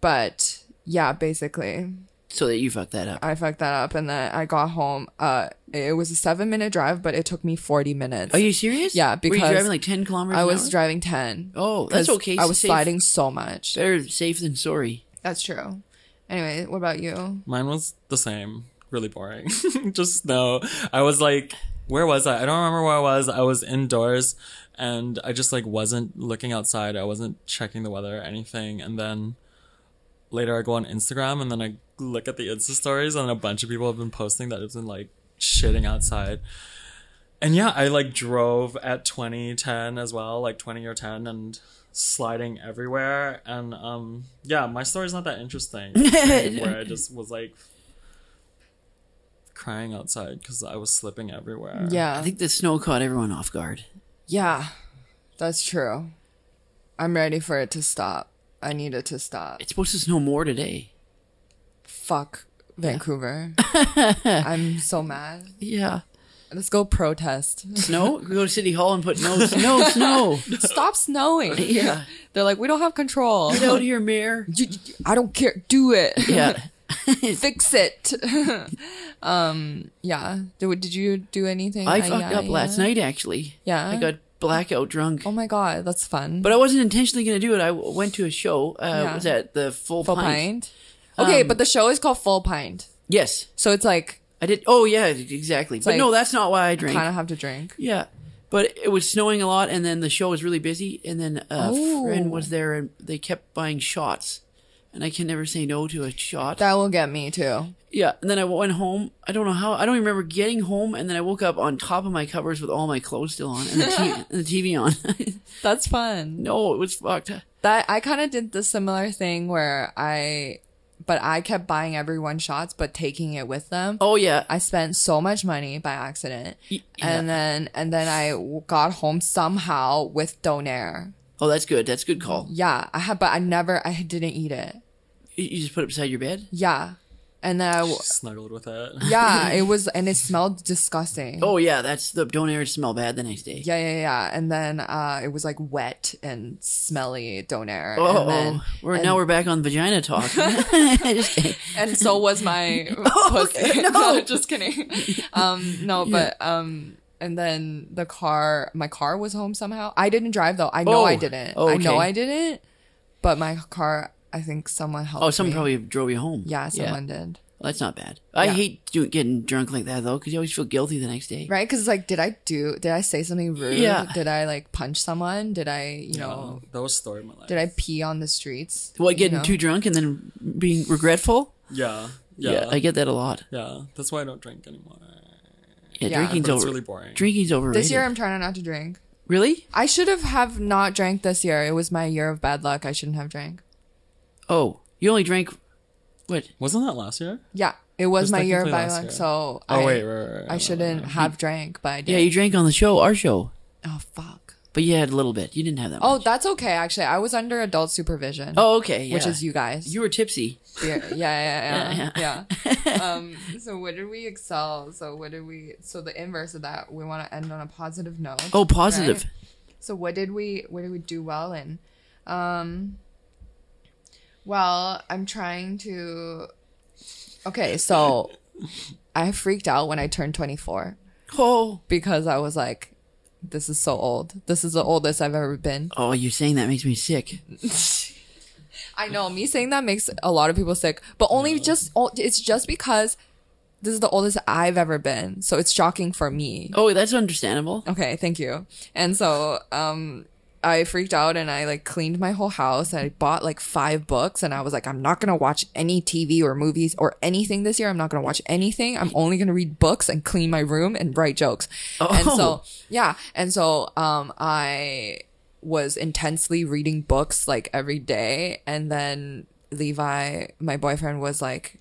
Speaker 1: but yeah basically
Speaker 3: So that you fucked that up.
Speaker 1: i fucked that up and then i got home uh it was a seven minute drive but it took me 40 minutes
Speaker 3: Are you serious?
Speaker 1: Yeah,
Speaker 3: were
Speaker 1: because
Speaker 3: you driving like ten kilometers.
Speaker 1: i
Speaker 3: an
Speaker 1: was
Speaker 3: hour?
Speaker 1: driving 10
Speaker 3: Oh, that's
Speaker 1: 'cause
Speaker 3: okay.
Speaker 1: i was
Speaker 3: Safe.
Speaker 1: sliding so much
Speaker 3: Better safe than sorry.
Speaker 1: that's true anyway what about you
Speaker 2: Mine was the same. Really boring. Just snow. I was like, where was I? I don't remember where I was. I was indoors and I just like wasn't looking outside. I wasn't checking the weather or anything. And then later I go on Instagram and then I look at the Insta stories and a bunch of people have been posting that it's been like shitting outside. And yeah, I like drove at 20, 10 as well, like 20 or 10 and sliding everywhere. And um yeah, my story's not that interesting. where I just was like crying outside because I was slipping everywhere.
Speaker 1: yeah
Speaker 3: I think the snow caught everyone off guard.
Speaker 1: yeah that's true i'm ready for it to stop i need it to stop
Speaker 3: It's supposed to snow more today.
Speaker 1: fuck Vancouver. I'm so mad.
Speaker 3: Yeah.
Speaker 1: Let's go protest.
Speaker 3: Snow? Go to City Hall and put no snow, snow.
Speaker 1: Stop snowing.
Speaker 3: Yeah.
Speaker 1: They're like, we don't have control.
Speaker 3: Get out of here, mayor.
Speaker 1: You- you- I don't care. Do it.
Speaker 3: Yeah.
Speaker 1: Fix it. um, yeah. Did, did you do anything?
Speaker 3: I
Speaker 1: Uh,
Speaker 3: fucked
Speaker 1: yeah,
Speaker 3: up last
Speaker 1: yeah.
Speaker 3: night, actually.
Speaker 1: Yeah?
Speaker 3: I got blackout drunk.
Speaker 1: Oh my God. That's fun.
Speaker 3: But I wasn't intentionally going to do it. I w- went to a show. Uh,
Speaker 1: Yeah.
Speaker 3: Was at the Full,
Speaker 1: Full
Speaker 3: Pint.
Speaker 1: Pint. Okay,
Speaker 3: Um,
Speaker 1: but the show is called Full Pint.
Speaker 3: Yes.
Speaker 1: So it's like,
Speaker 3: I did. Oh, yeah, exactly. But
Speaker 1: like-
Speaker 3: no, that's not why I drank.
Speaker 1: kind of have to drink.
Speaker 3: Yeah. But it was snowing a lot, and then the show was really busy, and then a
Speaker 1: Oh.
Speaker 3: friend was there, and they kept buying shots, and I can never say no to a shot.
Speaker 1: That will get me too.
Speaker 3: yeah, and then I went home. I don't know how. I don't even remember getting home, and then I woke up on top of my covers with all my clothes still on and the, t- and the TV on.
Speaker 1: That's fun.
Speaker 3: no, it was fucked.
Speaker 1: That I kind of did the similar thing where I, but I kept buying everyone shots, but taking it with them.
Speaker 3: Oh yeah,
Speaker 1: I spent so much money by accident,
Speaker 3: Y-
Speaker 1: and then and then I w- got home somehow with donair.
Speaker 3: Oh, that's good. That's a good call.
Speaker 1: Yeah, I had, but I never, I didn't eat it.
Speaker 3: You you just put it beside your bed.
Speaker 1: Yeah, and then I, w-
Speaker 2: Snuggled with it.
Speaker 1: yeah, it was, and it smelled disgusting.
Speaker 3: Oh yeah, that's the don't air smell bad the next day.
Speaker 1: Yeah, yeah, yeah. And then uh, it was like wet and smelly donair.
Speaker 3: Oh,
Speaker 1: and, then,
Speaker 3: we're
Speaker 1: and,
Speaker 3: now we're back on vagina talk. Just kidding.
Speaker 1: and so was my
Speaker 3: Oh,
Speaker 1: pussy. No, just kidding. Um, no, but um, and then the car, my car was home somehow. I didn't drive though. I know I
Speaker 3: Oh,
Speaker 1: didn't. I
Speaker 3: okay.
Speaker 1: know I didn't. But my car, I think someone helped.
Speaker 3: Oh, someone
Speaker 1: me.
Speaker 3: probably drove you home.
Speaker 1: Yeah, someone did.
Speaker 3: Well, that's not bad. I
Speaker 1: Yeah.
Speaker 3: hate do- getting drunk like that though, because you always feel guilty the next day.
Speaker 1: Right? Because it's like, did I do? Did I say something rude?
Speaker 3: Yeah.
Speaker 1: Did I like punch someone? Did I, you know?
Speaker 2: Oh, that was the story of my life.
Speaker 1: Did I pee on the streets?
Speaker 3: What, getting
Speaker 1: you know?
Speaker 3: too drunk and then being regretful?
Speaker 2: yeah, yeah, yeah,
Speaker 3: I get that a lot.
Speaker 2: That's why I don't drink anymore.
Speaker 3: Yeah,
Speaker 1: Yeah.
Speaker 3: drinking's
Speaker 2: But it's
Speaker 3: over.
Speaker 2: really boring.
Speaker 3: Drinking's overrated.
Speaker 1: This year, I'm trying not to drink.
Speaker 3: really?
Speaker 1: I should have have not drank this year. It was my year of bad luck. I shouldn't have drank.
Speaker 3: Oh, you only drank. What?
Speaker 2: Wasn't that last year?
Speaker 1: Yeah, it was
Speaker 2: was
Speaker 1: my year of
Speaker 2: technically
Speaker 1: bad
Speaker 2: last
Speaker 1: luck.
Speaker 2: year.
Speaker 1: So
Speaker 2: Oh
Speaker 1: I,
Speaker 2: wait, right, right, right,
Speaker 1: I
Speaker 2: right,
Speaker 1: shouldn't have drank, but I did.
Speaker 3: Yeah, you drank on the show, our show,
Speaker 1: oh fuck.
Speaker 3: but you had a little bit. You didn't have that.
Speaker 1: Oh,
Speaker 3: much.
Speaker 1: that's okay. Actually, I was under adult supervision,
Speaker 3: oh, okay.
Speaker 1: which
Speaker 3: yeah.
Speaker 1: is you guys.
Speaker 3: You were tipsy.
Speaker 1: yeah, yeah, yeah, yeah.
Speaker 3: Yeah,
Speaker 1: yeah. um, so what did we excel? So what did we? So the inverse of that, we want to end on a positive note.
Speaker 3: Oh, positive.
Speaker 1: Right. So what did we what did we do well in? Um well, I'm trying to Okay, so I freaked out when I turned 24
Speaker 3: Oh,
Speaker 1: because I was like this is so old. This is the oldest I've ever been.
Speaker 3: oh, you saying that makes me sick.
Speaker 1: I know me saying that makes a lot of people sick, but only just oh, it's just because this is the oldest I've ever been. So it's shocking for me.
Speaker 3: Oh, that's understandable.
Speaker 1: Okay, thank you. And so, um, I freaked out and I like cleaned my whole house. I bought like five books and I was like, I'm not gonna watch any TV or movies or anything this year. I'm not gonna watch anything. I'm only gonna read books and clean my room and write jokes. And so,
Speaker 3: Oh.
Speaker 1: yeah. And so, um, I was intensely reading books like every day. And then Levi, my boyfriend, was like,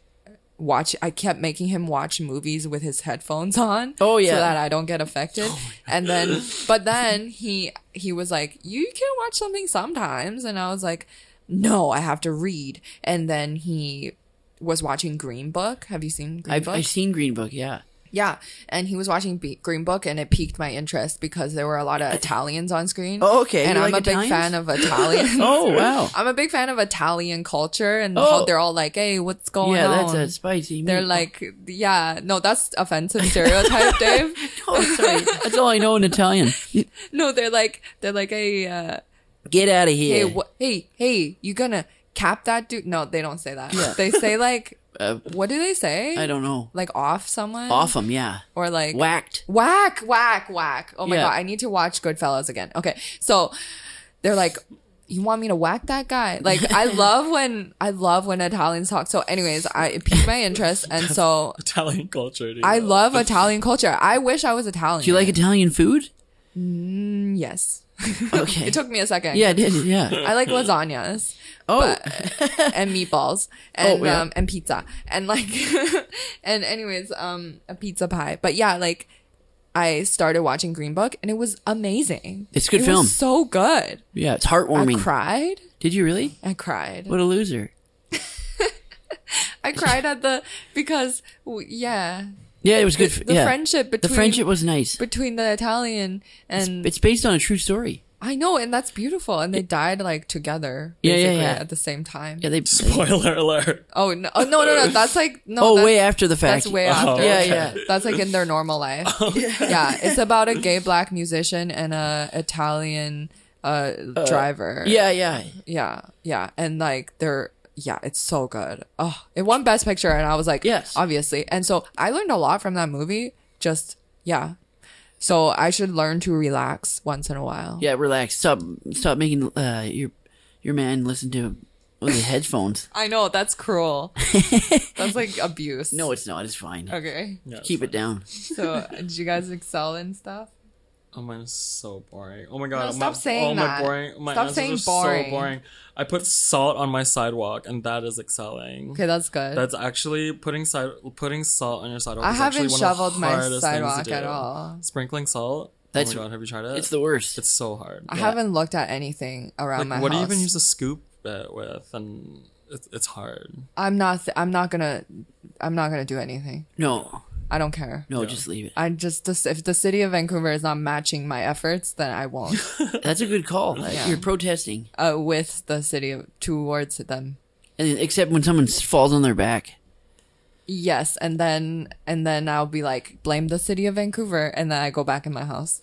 Speaker 1: watch i kept making him watch movies with his headphones on
Speaker 3: Oh,
Speaker 1: so
Speaker 3: yeah.
Speaker 1: that i don't get
Speaker 3: Oh
Speaker 1: affected and then but then he he was like you can watch something sometimes and i was like no i have to read and then he was watching green book have you seen green
Speaker 3: I've,
Speaker 1: book
Speaker 3: I've seen Green Book. Yeah.
Speaker 1: yeah and he was watching Be- green book and it piqued my interest because there were a lot of italians on screen
Speaker 3: Oh, okay.
Speaker 1: and
Speaker 3: You
Speaker 1: i'm
Speaker 3: like
Speaker 1: a big
Speaker 3: Italians?
Speaker 1: fan of italians
Speaker 3: Oh wow.
Speaker 1: i'm a big fan of italian culture and how
Speaker 3: Oh.
Speaker 1: they're all like hey what's going
Speaker 3: Yeah,
Speaker 1: on
Speaker 3: that's a spicy.
Speaker 1: Oh, they're
Speaker 3: meat.
Speaker 1: like, yeah, no, that's offensive stereotype, Dave.
Speaker 3: oh, sorry. That's all I know in Italian.
Speaker 1: No, they're like, they're like, hey, uh,
Speaker 3: Get out of here.
Speaker 1: hey, wha- hey, hey, you gonna cap that dude? No, they don't say that. They say like,
Speaker 3: Uh,
Speaker 1: what do they say?
Speaker 3: I don't know.
Speaker 1: Like off someone
Speaker 3: Off them, yeah.
Speaker 1: or like
Speaker 3: Whacked.
Speaker 1: whack, whack, whack. Oh my
Speaker 3: Yeah.
Speaker 1: god, I need to watch Goodfellas again. Okay, so they're like, you want me to whack that guy? Like, I love when I love when Italians talk. So, anyways, I it piqued my interest, and so.
Speaker 2: Italian culture. dude.
Speaker 1: I love Italian culture. I wish I was Italian.
Speaker 3: Do you like Italian food?
Speaker 1: Yes.
Speaker 3: Okay.
Speaker 1: It took me a second.
Speaker 3: yeah, I did. Yeah.
Speaker 1: I like lasagnas
Speaker 3: Oh,
Speaker 1: and meatballs and
Speaker 3: yeah.
Speaker 1: um and pizza and like and anyways um a pizza pie. But yeah, like I started watching Green Book and it was amazing.
Speaker 3: It's a good
Speaker 1: It was
Speaker 3: film.
Speaker 1: so good.
Speaker 3: yeah. It's
Speaker 1: I
Speaker 3: heartwarming.
Speaker 1: cried.
Speaker 3: Did you really?
Speaker 1: I cried.
Speaker 3: What a loser.
Speaker 1: I cried at the because w- yeah,
Speaker 3: Yeah, it was good.
Speaker 1: The-
Speaker 3: f-
Speaker 1: the
Speaker 3: yeah.
Speaker 1: friendship
Speaker 3: the
Speaker 1: between-
Speaker 3: friendship was nice.
Speaker 1: between the Italian and
Speaker 3: It's based on a true story.
Speaker 1: I know, and that's beautiful. And they died like together,
Speaker 3: Yeah, yeah,
Speaker 1: basically,
Speaker 3: yeah.
Speaker 1: at the same time.
Speaker 3: Yeah, they.
Speaker 2: Spoiler alert.
Speaker 1: Oh no, oh, no, no, no. That's like no.
Speaker 3: oh,
Speaker 1: that's,
Speaker 3: way after the fact.
Speaker 1: That's way
Speaker 3: Oh,
Speaker 1: after.
Speaker 3: Yeah,
Speaker 2: okay.
Speaker 3: yeah.
Speaker 1: That's like in their normal life. yeah. it's about a gay black musician and a Italian uh, driver.
Speaker 3: Yeah, yeah.
Speaker 1: yeah, yeah, and like they're yeah, it's so good. Oh, it won Best Picture, and I was like,
Speaker 3: Yes.
Speaker 1: obviously. And so I learned a lot from that movie. Just yeah, so I should learn to relax once in a while.
Speaker 3: Yeah, relax. Stop stop making uh your your man listen to with his headphones.
Speaker 1: I know that's cruel. that's like abuse.
Speaker 3: No, it's not. It's fine.
Speaker 1: Okay.
Speaker 3: Keep it down.
Speaker 1: So, did you guys excel in stuff?
Speaker 2: Oh, mine's so boring. Oh my god.
Speaker 1: No, stop
Speaker 2: my,
Speaker 1: saying
Speaker 2: oh,
Speaker 1: that.
Speaker 2: My boring, my
Speaker 1: Stop
Speaker 2: answers
Speaker 1: saying
Speaker 2: are
Speaker 1: boring.
Speaker 2: so boring. I put salt on my sidewalk, and that is excelling.
Speaker 1: Okay, that's good.
Speaker 2: That's actually putting side putting salt on your sidewalk.
Speaker 1: I
Speaker 2: is
Speaker 1: haven't
Speaker 2: actually one of the
Speaker 1: shoveled my
Speaker 2: hardest things to
Speaker 1: sidewalk at
Speaker 2: do.
Speaker 1: all.
Speaker 2: Sprinkling salt.
Speaker 3: That's-
Speaker 2: oh my god, have you tried it?
Speaker 3: It's the worst.
Speaker 2: It's so hard.
Speaker 1: I haven't looked at anything around my
Speaker 2: Like, what do you
Speaker 1: house.
Speaker 2: even use a scoop uh, with? And it's, it's hard.
Speaker 1: I'm not. Th- I'm not gonna. I'm not gonna do anything.
Speaker 3: no,
Speaker 1: I don't care.
Speaker 3: no, just leave it.
Speaker 1: I just this, if the city of Vancouver is not matching my efforts, then I won't.
Speaker 3: That's a good call. Like,
Speaker 1: Yeah.
Speaker 3: You're protesting,
Speaker 1: uh, with the city of, towards them.
Speaker 3: and except when someone s- falls on their back.
Speaker 1: Yes, and then and then I'll be like blame the city of Vancouver, and then I go back in my house.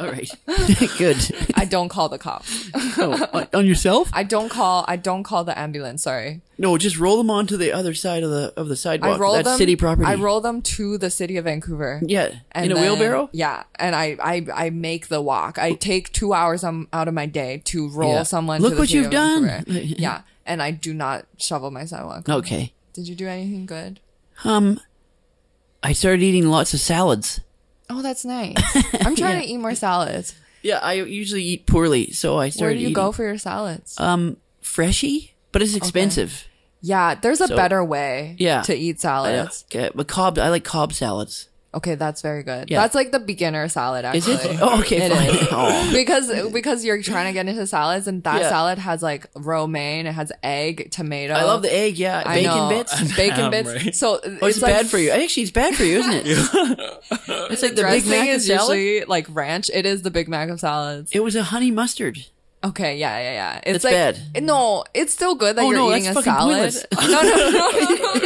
Speaker 3: All right, good.
Speaker 1: I don't call the cops.
Speaker 3: Oh, on- on yourself?
Speaker 1: I don't call. I don't call the ambulance. Sorry.
Speaker 3: No, just roll them onto the other side of the of the sidewalk.
Speaker 1: I roll
Speaker 3: That's
Speaker 1: them.
Speaker 3: city property.
Speaker 1: I roll them to the city of Vancouver.
Speaker 3: Yeah,
Speaker 1: And
Speaker 3: in a
Speaker 1: then-
Speaker 3: wheelbarrow.
Speaker 1: Yeah, and I, I I make the walk. I take two hours um, out of my day to roll
Speaker 3: Yeah.
Speaker 1: someone.
Speaker 3: Look
Speaker 1: to the
Speaker 3: what
Speaker 1: city
Speaker 3: you've
Speaker 1: of
Speaker 3: done.
Speaker 1: Vancouver. yeah, and I do not shovel my sidewalk.
Speaker 3: Okay.
Speaker 1: Did you do anything good?
Speaker 3: Um, I started eating lots of salads.
Speaker 1: Oh, that's nice. I'm trying to eat more salads.
Speaker 3: Yeah, I usually eat poorly, so I started.
Speaker 1: Where do you go for your salads?
Speaker 3: Um, Freshie, but it's expensive.
Speaker 1: yeah, there's a
Speaker 3: so-
Speaker 1: better way.
Speaker 3: Yeah.
Speaker 1: to eat
Speaker 3: I, uh,
Speaker 1: salads.
Speaker 3: get- but Cobb, I like Cobb salads.
Speaker 1: Okay, that's very good.
Speaker 3: Yeah.
Speaker 1: That's like the beginner salad.
Speaker 3: Is
Speaker 1: Actually.
Speaker 3: it? Oh, okay,
Speaker 1: It
Speaker 3: fine.
Speaker 1: is.
Speaker 3: Oh.
Speaker 1: because because you're trying to get into salads and that
Speaker 3: Yeah.
Speaker 1: salad has like romaine, it has egg, tomato.
Speaker 3: I love the egg. Yeah,
Speaker 1: I
Speaker 3: bacon
Speaker 1: know.
Speaker 3: bits. Oh,
Speaker 1: Bacon
Speaker 2: Ham,
Speaker 1: bits.
Speaker 2: right?
Speaker 1: So
Speaker 3: it's,
Speaker 1: like-
Speaker 3: bad for you. Actually, it's bad for you, isn't it? It's like the Big
Speaker 1: dressing
Speaker 3: Mac of
Speaker 1: is
Speaker 3: salad.
Speaker 1: usually like ranch. It is the Big Mac of salads.
Speaker 3: It was a honey mustard.
Speaker 1: Okay, yeah, yeah, yeah. It's,
Speaker 3: That's
Speaker 1: like
Speaker 3: bad.
Speaker 1: no, it's still good that
Speaker 3: Oh,
Speaker 1: you're
Speaker 3: no,
Speaker 1: eating
Speaker 3: that's
Speaker 1: a
Speaker 3: fucking
Speaker 1: salad.
Speaker 3: pointless.
Speaker 1: No, no, no, no, no, no,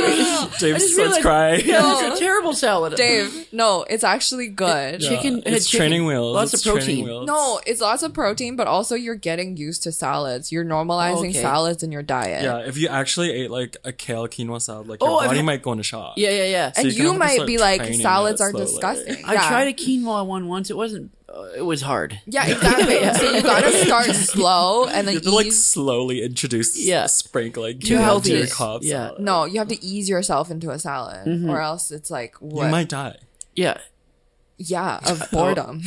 Speaker 1: no.
Speaker 2: James starts crying.
Speaker 3: Yeah, that's
Speaker 1: Oh.
Speaker 3: a terrible salad.
Speaker 1: Dave, no, it's actually good.
Speaker 2: Yeah,
Speaker 3: chicken- it had
Speaker 2: It's
Speaker 3: chicken.
Speaker 2: training wheels.
Speaker 3: Lots
Speaker 2: it's
Speaker 3: of protein.
Speaker 2: training wheels.
Speaker 1: No, it's lots of protein, but also you're getting used to salads. You're normalizing
Speaker 3: Okay.
Speaker 1: salads in your diet.
Speaker 2: Yeah, if you actually ate like a kale quinoa salad, like
Speaker 3: Oh,
Speaker 2: your
Speaker 3: I've
Speaker 2: body
Speaker 3: had-
Speaker 2: might go into shock.
Speaker 3: Yeah, yeah, yeah.
Speaker 2: So
Speaker 1: and
Speaker 2: you can
Speaker 1: you,
Speaker 2: have to
Speaker 1: might
Speaker 2: start
Speaker 1: be like,
Speaker 2: training
Speaker 1: salads
Speaker 2: it
Speaker 1: are
Speaker 2: slowly.
Speaker 1: disgusting.
Speaker 3: I
Speaker 1: yeah.
Speaker 3: tried a quinoa one once. It wasn't. Uh, it was hard.
Speaker 1: Yeah, exactly. So you gotta start slow and then
Speaker 2: You have to like
Speaker 1: ease-
Speaker 2: slowly introduce
Speaker 3: Yeah.
Speaker 2: sprinkling
Speaker 3: Too healthy.
Speaker 2: to your
Speaker 3: is-
Speaker 2: Cobb
Speaker 3: yeah,
Speaker 2: salad.
Speaker 1: No, you have to ease yourself into a salad, or else it's like what?
Speaker 2: You might die.
Speaker 3: yeah.
Speaker 1: yeah,
Speaker 3: Oh.
Speaker 1: of boredom.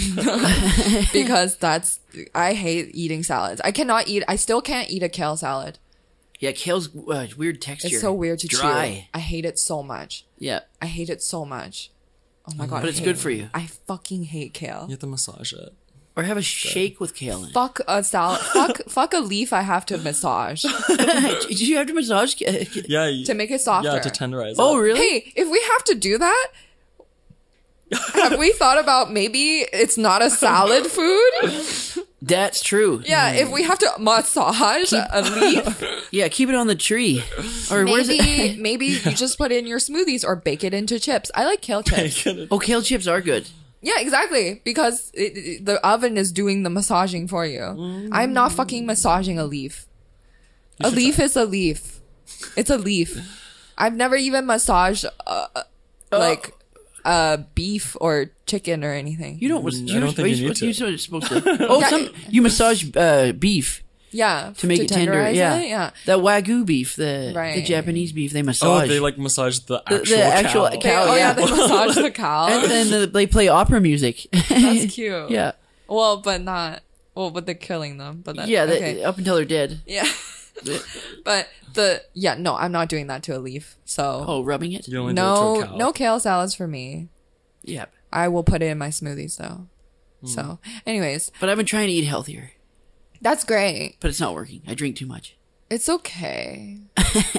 Speaker 1: because that's I hate eating salads. I cannot eat. I still can't eat a kale salad.
Speaker 3: Yeah, kale's uh, weird texture.
Speaker 1: It's so weird to chew.
Speaker 3: Dry.
Speaker 1: I hate it so much.
Speaker 3: Yeah,
Speaker 1: I hate it so much. Oh my god!
Speaker 3: Mm-hmm. but
Speaker 1: I
Speaker 3: it's
Speaker 1: hate
Speaker 3: good
Speaker 1: it.
Speaker 3: for you.
Speaker 1: I fucking hate kale.
Speaker 2: You have to massage it.
Speaker 3: Or have a shake with kale. in it.
Speaker 1: Fuck a salad. fuck fuck a leaf. I have to massage
Speaker 3: Did you have to massage? ca- ca-
Speaker 2: Yeah. You,
Speaker 1: to make it softer.
Speaker 2: yeah, to tenderize
Speaker 3: Oh,
Speaker 2: it.
Speaker 3: really?
Speaker 1: Hey, if we have to do that, have we thought about maybe it's not a salad food?
Speaker 3: That's true. Yeah.
Speaker 1: Yeah, if we have to massage a leaf,
Speaker 3: keep it on the tree. Or where's it?
Speaker 1: maybe maybe you just put it in your smoothies or bake it into chips. I like kale chips.
Speaker 3: Oh, kale chips are good.
Speaker 1: Yeah, exactly, because it, it- the oven is doing the massaging for you.
Speaker 3: Mm.
Speaker 1: I'm not fucking massaging a leaf. A leaf is a leaf. It's a leaf. I've never even massaged uh, uh, like uh beef or chicken or anything.
Speaker 3: You don't.
Speaker 2: Mm, I
Speaker 3: you
Speaker 2: don't think you need to.
Speaker 3: You're supposed to. Oh,
Speaker 1: Yeah.
Speaker 3: some you massage uh, beef
Speaker 1: Yeah,
Speaker 3: to make it tender.
Speaker 1: tenderize
Speaker 3: Yeah.
Speaker 1: it, yeah.
Speaker 3: That wagyu beef, the the
Speaker 1: Right.
Speaker 3: Japanese beef, they massage.
Speaker 2: Oh, they like massage the
Speaker 3: the actual
Speaker 2: actual, cow.
Speaker 1: They-
Speaker 3: cow.
Speaker 1: oh yeah,
Speaker 3: yeah.
Speaker 1: they massage the cow.
Speaker 3: and then uh, they play opera music.
Speaker 1: That's cute.
Speaker 3: yeah,
Speaker 1: Well, but not. Well, but they're killing them. But that,
Speaker 3: yeah. they-
Speaker 1: okay.
Speaker 3: up until they're dead.
Speaker 1: yeah. but the yeah, no, I'm not doing that to a leaf. So
Speaker 3: Oh, rubbing it.
Speaker 2: You only do it to a
Speaker 1: no,
Speaker 2: cow.
Speaker 1: no kale salads for me.
Speaker 3: Yeah,
Speaker 1: I will put it in my smoothies though.
Speaker 2: Hmm.
Speaker 1: So, anyways,
Speaker 3: but I've been trying to eat healthier,
Speaker 1: that's great.
Speaker 3: but it's not working. I drink too much.
Speaker 1: It's okay.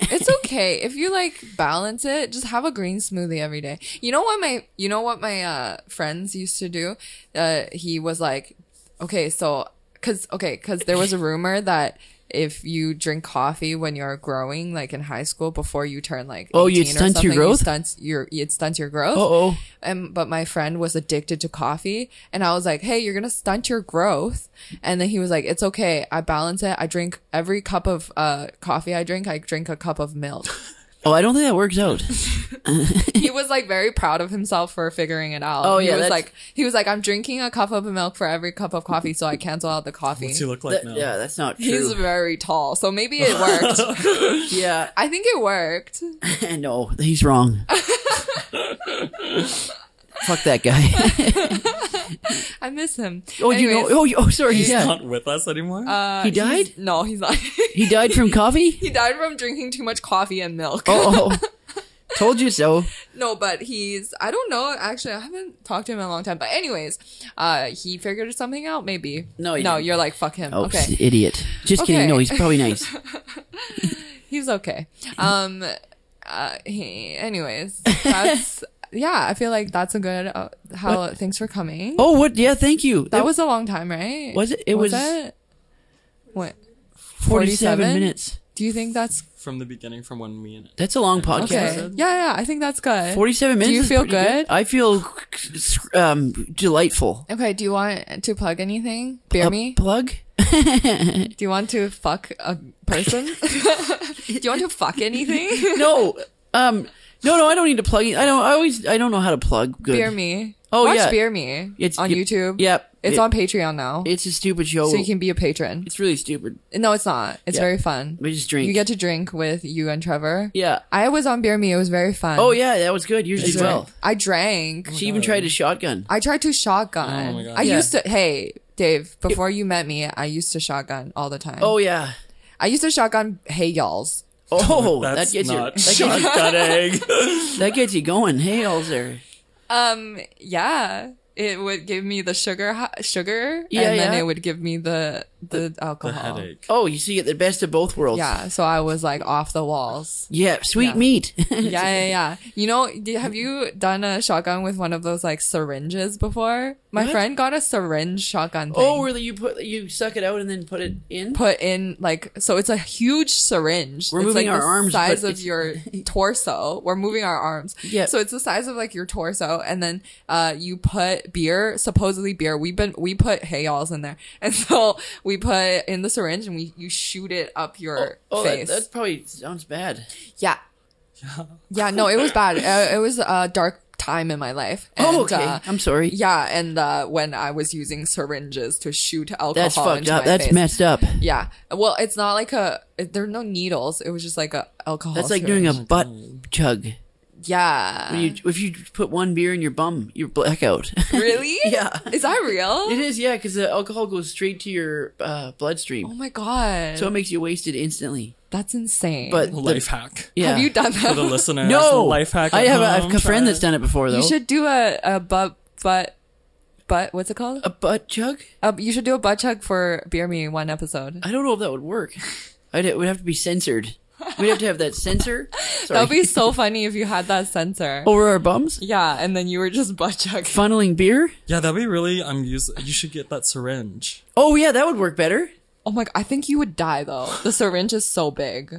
Speaker 1: it's okay if you like balance it. Just have a green smoothie every day. You know what my you know what my uh, friends used to do. Uh, he was like, okay, so because okay, because there was a rumor that if you drink coffee when you're growing, like in high school before you turn like
Speaker 3: Oh, you
Speaker 1: 18 or
Speaker 3: stunt your
Speaker 1: something, you
Speaker 3: growth? Oh,
Speaker 1: stunts your it stunts your growth.
Speaker 3: Uh-oh.
Speaker 1: And but my friend was addicted to coffee, and I was like, "Hey, you're gonna stunt your growth." And then he was like, "It's okay. I balance it. I drink every cup of uh coffee I drink. I drink a cup of milk."
Speaker 3: Oh, I don't think that works out.
Speaker 1: he was like very proud of himself for figuring it out.
Speaker 3: Oh,
Speaker 1: he
Speaker 3: yeah,
Speaker 1: was
Speaker 3: that's-
Speaker 1: like he was like, "I'm drinking a cup of milk for every cup of coffee, so I cancel out the coffee."
Speaker 2: What's he look like
Speaker 3: That-
Speaker 2: now?
Speaker 3: yeah, that's not true.
Speaker 1: He's very tall, so maybe it worked.
Speaker 3: yeah,
Speaker 1: I think it worked.
Speaker 3: no, he's wrong. Fuck that guy.
Speaker 1: I miss him.
Speaker 3: Oh, you know? Oh, you- oh, sorry.
Speaker 2: He's
Speaker 3: yeah,
Speaker 2: not with us anymore.
Speaker 1: uh,
Speaker 3: he died?
Speaker 1: he's- No, he's not.
Speaker 3: he died from coffee.
Speaker 1: he died from drinking too much coffee and milk.
Speaker 3: Oh, told you so.
Speaker 1: No, but he's I don't know. Actually, I haven't talked to him in a long time. But anyways, uh, he figured something out. Maybe
Speaker 3: No, he
Speaker 1: no,
Speaker 3: didn't.
Speaker 1: you're like fuck him.
Speaker 3: Oh,
Speaker 1: okay,
Speaker 3: idiot. Just
Speaker 1: Okay.
Speaker 3: kidding. No, he's probably nice.
Speaker 1: he's okay. Um, uh, he, anyways, that's yeah. I feel like that's a good. Uh, how thanks for coming.
Speaker 3: Oh, what? Yeah, thank you.
Speaker 1: that was a long time, right?
Speaker 3: Was it- it was-
Speaker 1: it? What
Speaker 3: 47
Speaker 1: 47?
Speaker 3: minutes.
Speaker 1: do you think that's
Speaker 2: from the beginning, from when me and
Speaker 3: That's a long podcast.
Speaker 1: okay? Yeah, yeah. I think that's good.
Speaker 3: 47 minutes.
Speaker 1: you
Speaker 3: is
Speaker 1: feel
Speaker 3: pretty
Speaker 1: good?
Speaker 3: I feel um, delightful.
Speaker 1: Okay. Do you want to plug anything? Beer
Speaker 3: A
Speaker 1: me.
Speaker 3: plug?
Speaker 1: Do you want to fuck a person? Do you want to fuck anything?
Speaker 3: No. Um no, no, I don't need to plug. it. I don't I always I don't know how to plug good.
Speaker 1: Beer me.
Speaker 3: Oh,
Speaker 1: Watch
Speaker 3: yeah.
Speaker 1: Beer me.
Speaker 3: It's-
Speaker 1: on
Speaker 3: y-
Speaker 1: YouTube.
Speaker 3: Yep.
Speaker 1: It's
Speaker 3: It-
Speaker 1: on Patreon now,
Speaker 3: It's a stupid show.
Speaker 1: so you can be a patron.
Speaker 3: it's really stupid.
Speaker 1: No, it's not. It's
Speaker 3: Yeah.
Speaker 1: very fun.
Speaker 3: We just drink.
Speaker 1: You get to drink with you and Trevor.
Speaker 3: yeah.
Speaker 1: I was on Beer Me. It was very fun.
Speaker 3: Oh yeah, that was good. Yours
Speaker 1: It was
Speaker 3: as
Speaker 1: very-
Speaker 3: well.
Speaker 1: I drank.
Speaker 3: She even tried a shotgun.
Speaker 1: I tried to shotgun.
Speaker 2: Oh my God.
Speaker 1: I
Speaker 3: Yeah.
Speaker 1: used to. Hey, Dave. Before you met me, I used to shotgun all the time.
Speaker 3: Oh yeah.
Speaker 1: I used to shotgun. Hey, y'all's.
Speaker 3: Oh, that
Speaker 2: that's
Speaker 3: gets you.
Speaker 2: not
Speaker 3: That gets,
Speaker 2: shotgunning.
Speaker 3: that gets you going. Hey, Elzer.
Speaker 1: Um. Yeah. It would give me the sugar, hi- sugar,
Speaker 3: Yeah,
Speaker 1: and then
Speaker 3: yeah.
Speaker 1: it would give me the the,
Speaker 2: the
Speaker 1: alcohol.
Speaker 2: headache.
Speaker 3: Oh, you see, you get the best of both worlds.
Speaker 1: Yeah. So I was like off the walls.
Speaker 3: Yeah. Sweet
Speaker 1: Yeah.
Speaker 3: meat.
Speaker 1: yeah, yeah, yeah. You know, do- have
Speaker 3: Mm-hmm.
Speaker 1: you done a shotgun with one of those like syringes before? My
Speaker 3: What?
Speaker 1: friend got a syringe shotgun thing.
Speaker 3: oh, really? You put you suck it out and then put it in.
Speaker 1: Put in like so, it's a huge syringe.
Speaker 3: We're
Speaker 1: it's
Speaker 3: moving
Speaker 1: like
Speaker 3: our
Speaker 1: the
Speaker 3: arms,
Speaker 1: size
Speaker 3: but
Speaker 1: of
Speaker 3: it's-
Speaker 1: your torso. We're moving our arms.
Speaker 3: Yeah.
Speaker 1: So it's the size of like your torso, and then uh, you put beer, supposedly beer. We've been we put hay alls in there, and so we put in the syringe, and we you shoot it up your
Speaker 3: oh, that,
Speaker 1: face.
Speaker 3: that probably sounds bad.
Speaker 1: Yeah. Yeah, no, it was bad. Uh, it was a dark time in my life. And,
Speaker 3: oh, okay.
Speaker 1: uh,
Speaker 3: I'm sorry.
Speaker 1: yeah, and uh, when I was using syringes to shoot alcohol
Speaker 3: That's fucked
Speaker 1: into
Speaker 3: up.
Speaker 1: my
Speaker 3: That's
Speaker 1: face.
Speaker 3: messed up.
Speaker 1: Yeah. Well, it's not like a. it- There are no needles. It was just like a alcohol.
Speaker 3: That's like doing a
Speaker 1: syringe.
Speaker 3: butt chug.
Speaker 1: Yeah.
Speaker 3: When you, if you put one beer in your bum, you're blackout.
Speaker 1: really?
Speaker 3: Yeah.
Speaker 1: Is that real?
Speaker 3: it is, yeah, because the alcohol goes straight to your uh,
Speaker 1: Oh
Speaker 3: bloodstream,
Speaker 1: my god.
Speaker 3: so it makes you wasted instantly.
Speaker 1: That's insane.
Speaker 3: But the-
Speaker 2: Life hack
Speaker 3: Oh. yeah,
Speaker 1: have you done that?
Speaker 2: for the listeners.
Speaker 3: no
Speaker 2: life hack.
Speaker 3: I
Speaker 2: at
Speaker 3: have a, I
Speaker 2: home,
Speaker 3: have a friend
Speaker 2: try
Speaker 3: that's
Speaker 2: it.
Speaker 3: done it before though.
Speaker 1: you should do a a butt butt butt. What's it called?
Speaker 3: a butt chug.
Speaker 1: Uh, you should do a butt chug for beer me one episode.
Speaker 3: I don't know if that would work. I'd, it would have to be censored. We'd have to have that censor
Speaker 1: That
Speaker 3: sorry, Oh.
Speaker 1: would be so funny if you had that sensor.
Speaker 3: over our bums,
Speaker 1: Yeah, and then you were just butt chugging.
Speaker 3: funneling beer.
Speaker 2: Yeah, that'd be really. I'm use. You should get that syringe.
Speaker 3: Oh yeah, that would work better.
Speaker 1: Oh my! I think you would die though. The syringe is so big.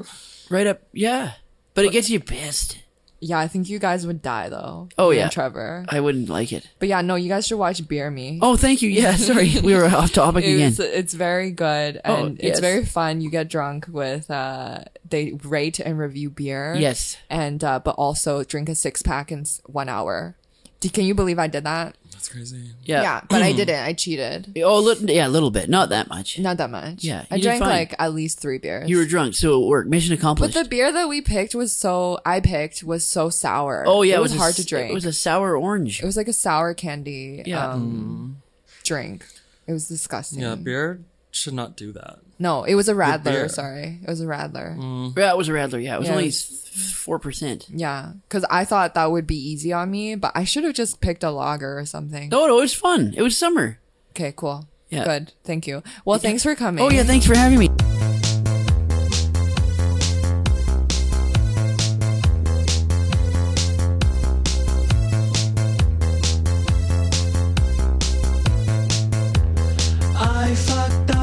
Speaker 3: Right up, yeah. But it gets you pissed.
Speaker 1: Yeah, I think you guys would die though.
Speaker 3: Oh,
Speaker 1: You and
Speaker 3: yeah.
Speaker 1: Trevor.
Speaker 3: I wouldn't like it.
Speaker 1: But yeah, no, you guys should watch Beer Me.
Speaker 3: Oh, thank you. Yeah, sorry, we were off topic again.
Speaker 1: It's, it's very good
Speaker 3: Oh,
Speaker 1: and it's
Speaker 3: yes.
Speaker 1: very fun. You get drunk with uh they rate and review beer.
Speaker 3: Yes.
Speaker 1: And uh but also drink a six pack in s- 1 hour. D- can you believe I did that?
Speaker 2: That's crazy.
Speaker 3: Yeah. Mm.
Speaker 1: but I didn't. I cheated.
Speaker 3: Oh, little, yeah, a little bit, not that much.
Speaker 1: Not that much.
Speaker 3: Yeah,
Speaker 1: I
Speaker 3: you did
Speaker 1: drank
Speaker 3: fine.
Speaker 1: like at least 3 beers.
Speaker 3: You were drunk, so it worked. Mission
Speaker 1: But
Speaker 3: accomplished.
Speaker 1: the beer that we picked was so I picked was so sour.
Speaker 3: oh yeah,
Speaker 1: it was,
Speaker 3: a
Speaker 1: hard
Speaker 3: s-
Speaker 1: to drink.
Speaker 3: It was a sour orange.
Speaker 1: like a sour candy
Speaker 3: Yeah.
Speaker 1: um, drink. It was disgusting.
Speaker 2: Yeah, beer should not do that.
Speaker 1: no, it was a
Speaker 2: beer.
Speaker 1: radler. Sorry, it was a radler.
Speaker 3: yeah, it was a rattler. Yeah, it was
Speaker 1: Yeah, it
Speaker 3: only
Speaker 1: was-
Speaker 3: four percent.
Speaker 1: Yeah, because I thought that would be easy on me, but I should have just picked a lager or something.
Speaker 3: No, no, it was fun. It was summer.
Speaker 1: Okay, cool.
Speaker 3: Yeah.
Speaker 1: Good. Thank you. Well, thanks for coming.
Speaker 3: Oh yeah, thanks for having me.
Speaker 2: I fucked up.